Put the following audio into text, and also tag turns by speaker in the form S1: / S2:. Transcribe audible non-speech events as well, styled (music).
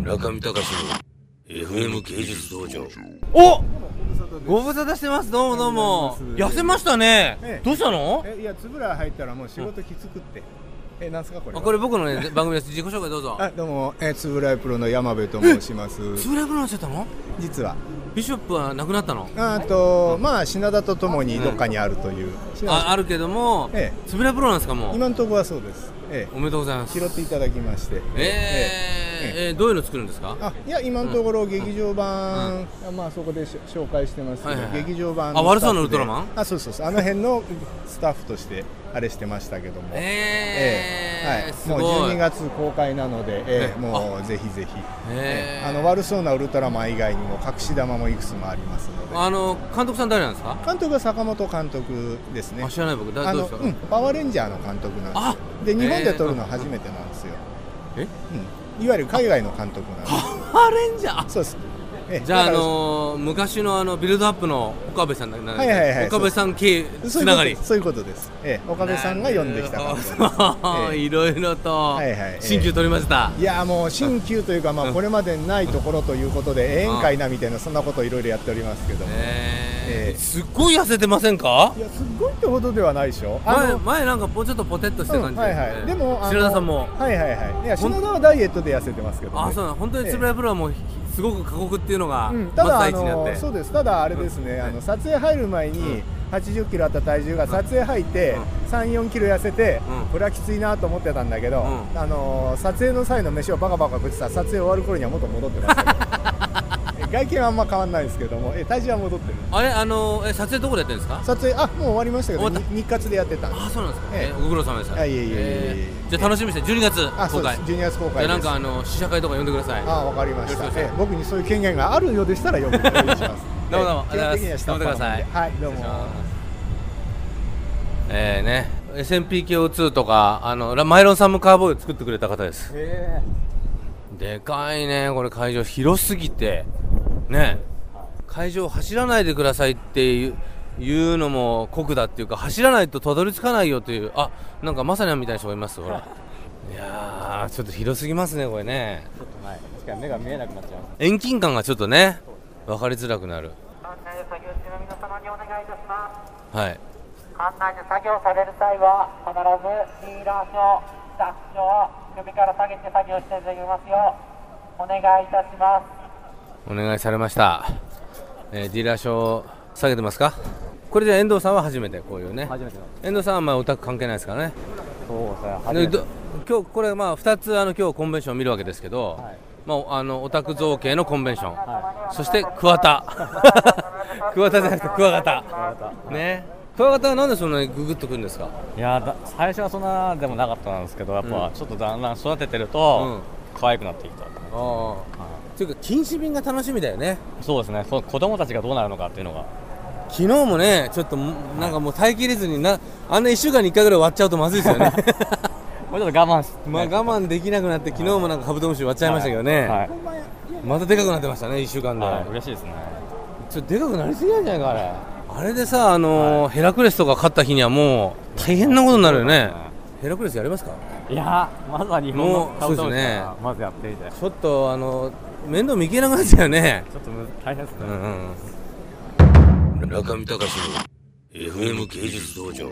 S1: 村上隆の FM 芸術道場
S2: おご無沙汰してますどうもどうも
S3: ご無沙汰してま
S2: 痩
S3: す
S2: せましたね、
S3: ええ
S2: どうしたの
S3: えいやつぶら入ったらもう仕事きつくって、えなんすかこれ
S2: あ
S3: は
S2: これ僕のね番組です自己紹介どう
S3: (laughs)
S2: ぞ
S3: あどうもえつぶらいプロの山部と申します
S2: つぶらぶらになっちゃったの
S3: 実は
S2: ビショップはなくなったの
S3: あとまあ品田とともにどっかにあるという、品田
S2: ああるけども、
S3: え
S2: つぶらぶらなんですかもう
S3: 今のところはそうです、え
S2: おめでとうございま
S3: え
S2: す
S3: 拾っていただきまして
S2: えー、えーどういうの作るんですか
S3: あいや今のところ劇場版、まあそこでし紹介してますけど、
S2: はいはいはい
S3: 劇場版
S2: あ悪そうな
S3: スタッフで
S2: ウルトラマン
S3: あそうそうそうあの辺のスタッフとしてあれしてましたけども
S2: えー、
S3: はい、
S2: す
S3: もう
S2: ごい
S3: 12月公開なので、え
S2: え
S3: えもうぜひぜひ、
S2: えー
S3: ええあの悪そうなウルトラマン以外にも隠し玉もいくつもありますので
S2: あの監督さん誰なんですか、
S3: 監督は坂本監督ですね
S2: あ知らない僕だ
S3: あ
S2: どう
S3: の、
S2: ですか、
S3: うん、パワーレンジャーの監督なん
S2: あ
S3: ですで日本で撮るの
S2: えー
S3: 初めてなんですよ、
S2: え
S3: うん、いわゆる海外の監督なんです
S2: パワーレンジャー
S3: そうです、ええ
S2: じゃあ、あ
S3: だから
S2: のー、昔のあのビルドアップの岡部さんだ
S3: はいはいはい
S2: 岡部さん系
S3: そう
S2: つ
S3: いう
S2: な
S3: こ
S2: が
S3: と
S2: り
S3: ですそういうことです、ええ、岡部さんが呼んできた監督です
S2: なるほど
S3: ええ
S2: (laughs) いろいろと
S3: はいはいええ
S2: 新旧取りました、
S3: いやーもう新旧というか、ま
S2: う
S3: あ、
S2: ん
S3: これまでにないところということで、ええんかいなみたいな、そんなこといろいろやっておりますけども、
S2: えー
S3: ええ
S2: すっごい痩せてませんか
S3: いや、すごいってほどではないでしょ、
S2: 前前なんかぽちょっとポテッとしてる感じ、
S3: はいはい、でも、あの
S2: 白田さんも
S3: はいはいはい、いや、篠田はダイエットで痩せてますけど、ね、
S2: あそうなの本当につぶやぶらはもうすごく過酷っていうのが
S3: うん、
S2: ま
S3: た
S2: ず
S3: だ、あ
S2: 第一になっ
S3: の
S2: て、
S3: そうです、ただあれですね、あの撮影入る前
S2: う
S3: に
S2: ん、
S3: 80キロあった体重が撮影入って、3、4キロ痩せて
S2: うん、
S3: これはきついなと思ってたんだけど、
S2: う
S3: あの撮影の際の飯をバカバカ食ってたら、撮影終わる頃には元戻っ
S2: (laughs)
S3: てましたけどえ外見はあんま変わんないですけども、え体重は戻ってる。
S2: あれあのえ撮影どこでやってるんですか
S3: 撮影あもう終わりましたけど
S2: 終わっ
S3: に日活でやってたんです
S2: あそうなんですか、
S3: ええ
S2: えご苦労様でした
S3: あいえいえいえいえ
S2: えじゃあ楽しみにして12月
S3: あそ
S2: 公
S3: うで
S2: 開
S3: す12月公
S2: じゃ
S3: 開
S2: あなん
S3: です
S2: かあの試写会とか呼んでください
S3: あわかりま
S2: よろしくお願い
S3: した
S2: します
S3: え僕にそういう権限があるようでしたらよくお願いします
S2: どうもどうも
S3: え基本的には下っ端
S2: ありが
S3: なんで
S2: とうござ
S3: はいい
S2: ます
S3: どうも
S2: えー、ね SMPKO2 とかあのラマイロンサムカーボーイを作ってくれた方です
S3: え
S2: でかいねこれ会場広すぎてね会場走らないでくださいっていういうのも酷だっていうか走らないとたどり着かないよというあなんかまさにみたいな人がいますほらいやーちょっと広すぎますねこれね
S3: ーはい確かに目が見えなくなっちゃう
S2: 遠近感がちょっとね分かりづらくなる
S4: 館内で作業中の皆様にお願いいたします
S2: はい
S4: 館内で作業される際は必ずヒーラー表ダッシュを首から下げて作業していただきますようお願いいたします
S2: お願いされました、えーディーラー証下げてますかこれで遠藤さんは初めてこういうね
S5: 初めての
S2: 遠藤さんはまあオタク関係ないですからね
S5: そうですね初
S2: で
S5: めて
S2: ど今日これまあ2つあの今日コンベンションを見るわけですけど、
S5: はい
S2: まあ、あのオタク造形のコンベンション、
S5: は
S2: そして桑
S5: (laughs)
S2: 田桑田じゃなくてクワガタねクワガタはなんでそんなにググっとくるんですか
S5: いやだ最初はそんなでもなかったんですけどやっぱちょっとだんだん育ててると、可愛くなってきた
S2: あというか禁止瓶が楽しみだよね
S5: そうですねその子供たちがどうなるのかっていうのが
S2: 昨日もねちょっともなんかもう耐えきれずになあんな1週間に1回ぐらい割っちゃうとまずいですよ
S5: (laughs)
S2: ね
S5: もうちょっと我慢し、
S2: まあ
S5: ね
S2: 我慢できなくなって昨日もなんかカブトムシ割っちゃいましたけどね、
S5: はい
S2: またでかくなってましたね1週間で、
S5: はい、嬉しいですね
S2: ちょっとでかくなりすぎなんじゃないかあれあれでさあのーヘラクレスとか勝った日にはもう大変なことになるよねヘラクレスやりますか
S5: いやまずは日本
S2: も
S5: の
S2: う
S5: カブト
S2: そ
S5: ムシか
S2: うです
S5: らまずやってみて
S2: ちょっとあの面倒見きれなくなっちゃうよね
S5: ちょっとむ大変です
S2: う
S5: ね、
S2: んうん
S1: 村上隆の FM 芸術道場